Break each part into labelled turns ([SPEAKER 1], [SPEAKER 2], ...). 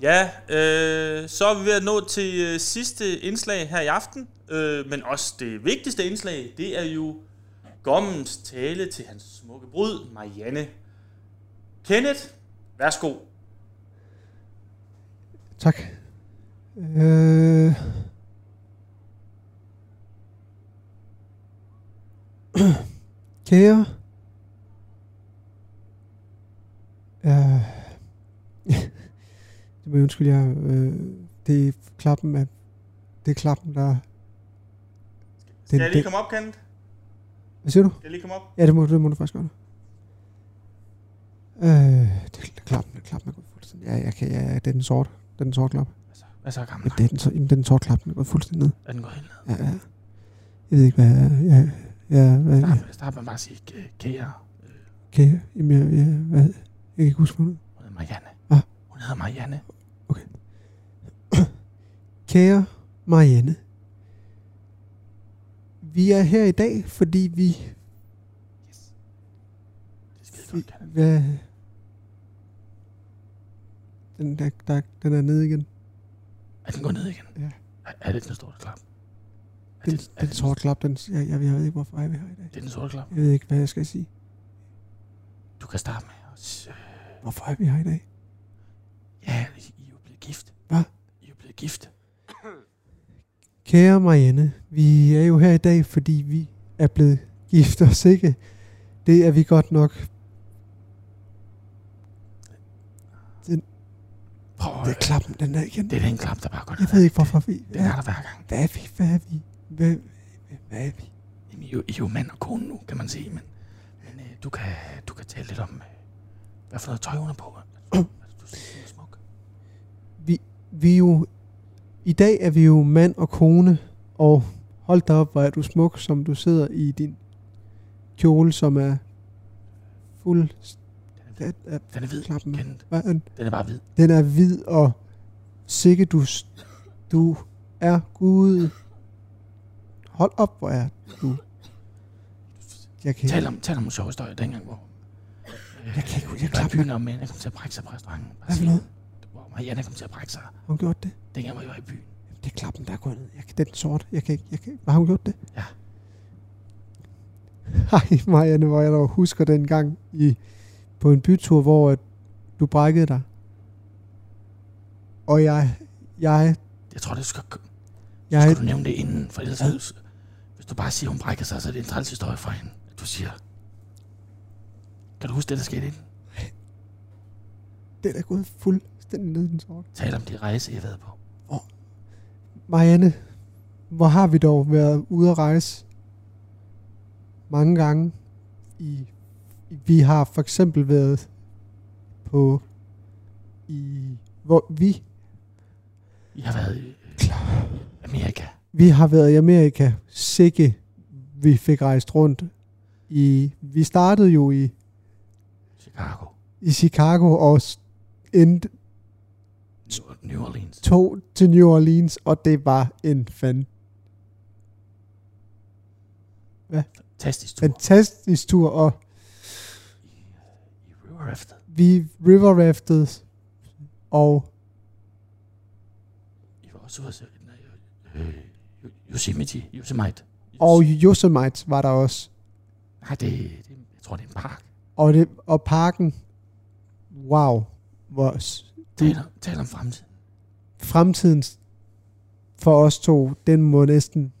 [SPEAKER 1] Ja, øh, så er vi ved at nå til øh, sidste indslag her i aften. Øh, men også det vigtigste indslag, det er jo gommens tale til hans smukke brud, Marianne. Kenneth, værsgo.
[SPEAKER 2] Tak. Øh... Kære... Øh... det må jeg undskylde, jeg... Øh... Det er klappen af... Det er klappen, der...
[SPEAKER 1] Skal jeg lige komme op, Kenneth?
[SPEAKER 2] Hvad siger du?
[SPEAKER 1] Skal jeg lige komme op?
[SPEAKER 2] Ja, det må, det må du faktisk gøre. Øh, det er klart, det er klart, man går fuldstændig. Ja, jeg kan, ja, ja, det er den sorte. Det er den sorte klap.
[SPEAKER 1] Altså, hvad så gammel?
[SPEAKER 2] Men det er den, så- jamen, det er den sorte klap, den går fuldstændig ned.
[SPEAKER 1] Er den går helt ned?
[SPEAKER 2] Ja, ja. Jeg ved ikke, hvad... Ja, ja, hvad... Ja,
[SPEAKER 1] Start, start med bare at sige, "Kæ- kære
[SPEAKER 2] okay, jamen, jeg, ja, hvad... Jeg kan ikke huske, hvad hun
[SPEAKER 1] Hun hedder Marianne.
[SPEAKER 2] Hvad?
[SPEAKER 1] Hun hedder Marianne.
[SPEAKER 2] Kære Marianne, vi er her i dag, fordi vi...
[SPEAKER 1] Yes. Det er skide
[SPEAKER 2] vi
[SPEAKER 1] godt, Kenneth.
[SPEAKER 2] hvad, den, der, der, den er nede igen.
[SPEAKER 1] Er den gået ned igen?
[SPEAKER 2] Ja.
[SPEAKER 1] Er, er det den sorte klap? Er
[SPEAKER 2] Den,
[SPEAKER 1] det, er
[SPEAKER 2] den
[SPEAKER 1] det,
[SPEAKER 2] sorte klap, den, jeg, jeg, jeg ved ikke, hvorfor jeg er vi her i dag.
[SPEAKER 1] det er den sorte klap.
[SPEAKER 2] Jeg ved ikke, hvad jeg skal sige.
[SPEAKER 1] Du kan starte med at s- øh,
[SPEAKER 2] Hvorfor er vi her i dag?
[SPEAKER 1] Ja, I er jo blevet gift.
[SPEAKER 2] Hvad?
[SPEAKER 1] I er jo blevet gift.
[SPEAKER 2] Kære Marianne, vi er jo her i dag, fordi vi er blevet gift og sikke. Det er vi godt nok.
[SPEAKER 1] Prøv at
[SPEAKER 2] Det er klappen, den der igen.
[SPEAKER 1] Det er den klap, der bare går ned.
[SPEAKER 2] Jeg ved ikke, hvorfor vi...
[SPEAKER 1] Den er der hver gang.
[SPEAKER 2] Hvad er vi? Hvad er vi? Hvad, hvad er vi?
[SPEAKER 1] Jamen, I, er jo, I er jo mand og kone nu, kan man sige. Men, men øh, du, kan, du kan tale lidt om, øh, hvad for noget tøj hun er på. Altså, du synes, hun er smuk.
[SPEAKER 2] Vi er jo... I dag er vi jo mand og kone, og hold da op, hvor er du smuk, som du sidder i din kjole, som er fuld...
[SPEAKER 1] Den er,
[SPEAKER 2] Den er,
[SPEAKER 1] den er hvid,
[SPEAKER 2] klappen.
[SPEAKER 1] Kenneth.
[SPEAKER 2] hvad er den?
[SPEAKER 1] Den er bare hvid.
[SPEAKER 2] Den er hvid og sikke du, s- du er Gud. Hold op, hvor er du. Jeg kan,
[SPEAKER 1] Tal om, tal om en sjov historie dengang, hvor... Øh,
[SPEAKER 2] jeg kan ikke, jeg
[SPEAKER 1] Det var i
[SPEAKER 2] klapper.
[SPEAKER 1] byen, og Marianne kom til at brække sig på restauranten.
[SPEAKER 2] Hvad for noget?
[SPEAKER 1] Hvor Marianne kom til at brække sig,
[SPEAKER 2] Har hun gjort det?
[SPEAKER 1] dengang hvor jeg var i byen.
[SPEAKER 2] Det er klappen, der er gået ned. Jeg kan, den er sort. Jeg kan ikke, jeg kan, har hun gjort det?
[SPEAKER 1] Ja.
[SPEAKER 2] Hej, Marianne, hvor jeg dog husker den gang i, på en bytur, hvor at du brækkede dig. Og jeg, jeg,
[SPEAKER 1] Jeg tror, det skal,
[SPEAKER 2] jeg,
[SPEAKER 1] skal du nævne det inden, for ellers... så- Hvis du bare siger, hun brækker sig, så er det en træls historie for hende. at Du siger... Kan du huske det, der skete inden?
[SPEAKER 2] den er gået fuldstændig ned den sort.
[SPEAKER 1] Tal om de rejse, I har været på.
[SPEAKER 2] Marianne, hvor har vi dog været ude at rejse mange gange. I, vi har for eksempel været på i hvor vi
[SPEAKER 1] I har været i øh, Amerika.
[SPEAKER 2] vi har været i Amerika. Sikke vi fik rejst rundt i vi startede jo i
[SPEAKER 1] Chicago.
[SPEAKER 2] i Chicago og s- endte
[SPEAKER 1] New- New Orleans.
[SPEAKER 2] tog til New Orleans, og det var en fan,
[SPEAKER 1] Fantastisk tur.
[SPEAKER 2] fantastisk tur, og
[SPEAKER 1] I river rafted.
[SPEAKER 2] vi river raftede, og
[SPEAKER 1] I var også ude at se... nej, øh, Yo- Yosemite. Yosemite.
[SPEAKER 2] Og Yosemite var der også.
[SPEAKER 1] Nej, det, det, jeg tror, det er en park.
[SPEAKER 2] Og, det, og parken, wow, hvor s-
[SPEAKER 1] Tal om, tal om fremtiden.
[SPEAKER 2] fremtiden for os to, den må næsten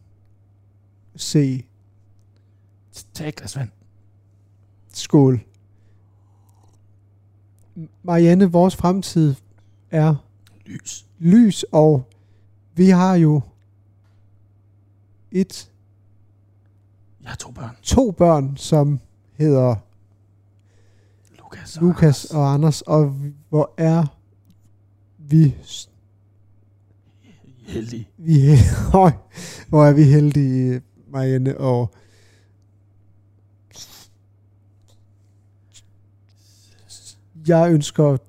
[SPEAKER 2] se
[SPEAKER 1] T- Tag et glas vand.
[SPEAKER 2] skål. Marianne, vores fremtid er
[SPEAKER 1] Lys.
[SPEAKER 2] lys, og vi har jo et,
[SPEAKER 1] Jeg har to børn.
[SPEAKER 2] to børn, som hedder
[SPEAKER 1] Lukas
[SPEAKER 2] Så
[SPEAKER 1] og Anders.
[SPEAKER 2] Lukas og Anders, og hvor er vi s-
[SPEAKER 1] I er Heldige.
[SPEAKER 2] vi er, Høj, hvor er vi heldige, Marianne, og jeg ønsker
[SPEAKER 1] Sig,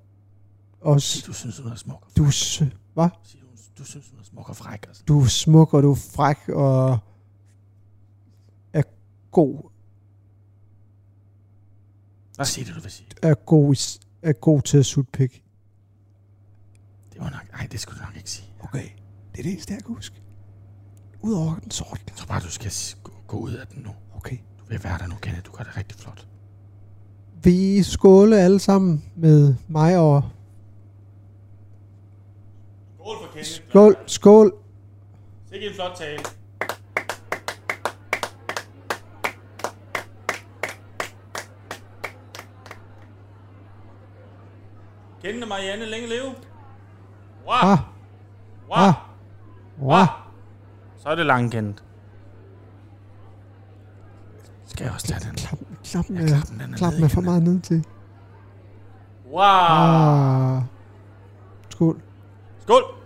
[SPEAKER 2] os,
[SPEAKER 1] du synes, hun er smuk. og
[SPEAKER 2] du,
[SPEAKER 1] fræk.
[SPEAKER 2] s- hva?
[SPEAKER 1] Sig, du, du synes, hun er smuk og fræk. Og sådan.
[SPEAKER 2] du er smuk, og du er fræk, og er god,
[SPEAKER 1] Hvad siger det, du vil sige?
[SPEAKER 2] er god, i s- er god til at sutte pik.
[SPEAKER 1] Det Det var nok... Nej, det skulle du nok ikke sige.
[SPEAKER 3] Okay, det er det eneste, jeg kan huske. Udover den sorte.
[SPEAKER 1] Jeg tror bare, du skal s- gå- gå ud af den nu.
[SPEAKER 3] Okay.
[SPEAKER 1] Du vil være der nu, Kenneth. Du gør det rigtig flot.
[SPEAKER 2] Vi skåle alle sammen med mig og...
[SPEAKER 1] Skål for Kenneth.
[SPEAKER 2] Skål, skål.
[SPEAKER 1] Sikke en flot tale. Kendte Marianne længe leve. Wow.
[SPEAKER 2] Ah,
[SPEAKER 1] wow.
[SPEAKER 2] ah.
[SPEAKER 1] wow.
[SPEAKER 2] Wow.
[SPEAKER 1] Så er det langt kendt. Skal jeg også tage den?
[SPEAKER 2] Klap, klappen,
[SPEAKER 1] Ja,
[SPEAKER 2] er,
[SPEAKER 1] klappen, den er
[SPEAKER 2] klappen
[SPEAKER 1] nede
[SPEAKER 2] er for
[SPEAKER 1] igen.
[SPEAKER 2] meget ned til.
[SPEAKER 1] Wow.
[SPEAKER 2] Ah. Skål.
[SPEAKER 1] Skål.